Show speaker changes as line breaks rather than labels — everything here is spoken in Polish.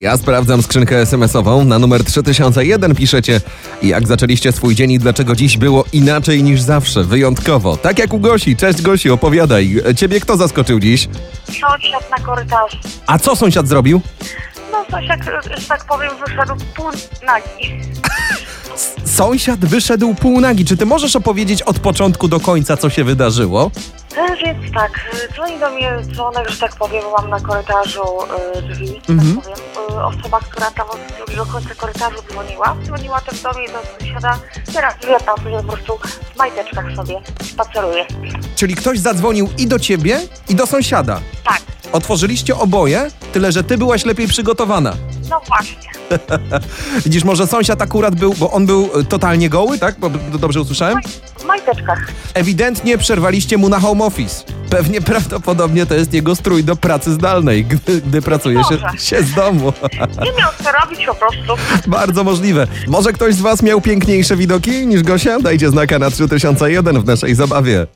Ja sprawdzam skrzynkę SMS-ową. Na numer 3001 piszecie, jak zaczęliście swój dzień i dlaczego dziś było inaczej niż zawsze, wyjątkowo. Tak jak u Gosi. Cześć Gosi, opowiadaj. Ciebie kto zaskoczył dziś?
Sąsiad No, na korytarzu.
A co sąsiad zrobił?
No sąsiad, że tak powiem, wyszedł pół nagi.
Sąsiad wyszedł półnagi. Czy ty możesz opowiedzieć od początku do końca, co się wydarzyło?
E, Więc tak, e, dzwoni do mnie dzwonek, że tak powiem, mam na korytarzu e, drzwi, że
Mhm.
tak powiem. E, Osoba, która tam od drugiego końca korytarzu dzwoniła, dzwoniła też do mnie, do sąsiada. Teraz ja tam sobie po prostu w majteczkach sobie spaceruję.
Czyli ktoś zadzwonił i do ciebie, i do sąsiada.
Tak,
Otworzyliście oboje, tyle że ty byłaś lepiej przygotowana.
no właśnie.
Widzisz, może sąsiad akurat był, bo on był e, totalnie goły, tak? Bo- bo- Dobrze usłyszałem?
W majteczkach.
Ewidentnie przerwaliście mu na home office. Pewnie prawdopodobnie to jest jego strój do pracy zdalnej, gdy, gdy pracuje się,
Może.
się z domu.
Nie miał co robić po prostu.
Bardzo możliwe. Może ktoś z Was miał piękniejsze widoki niż Gosia? Dajcie znaka na 3001 w naszej zabawie.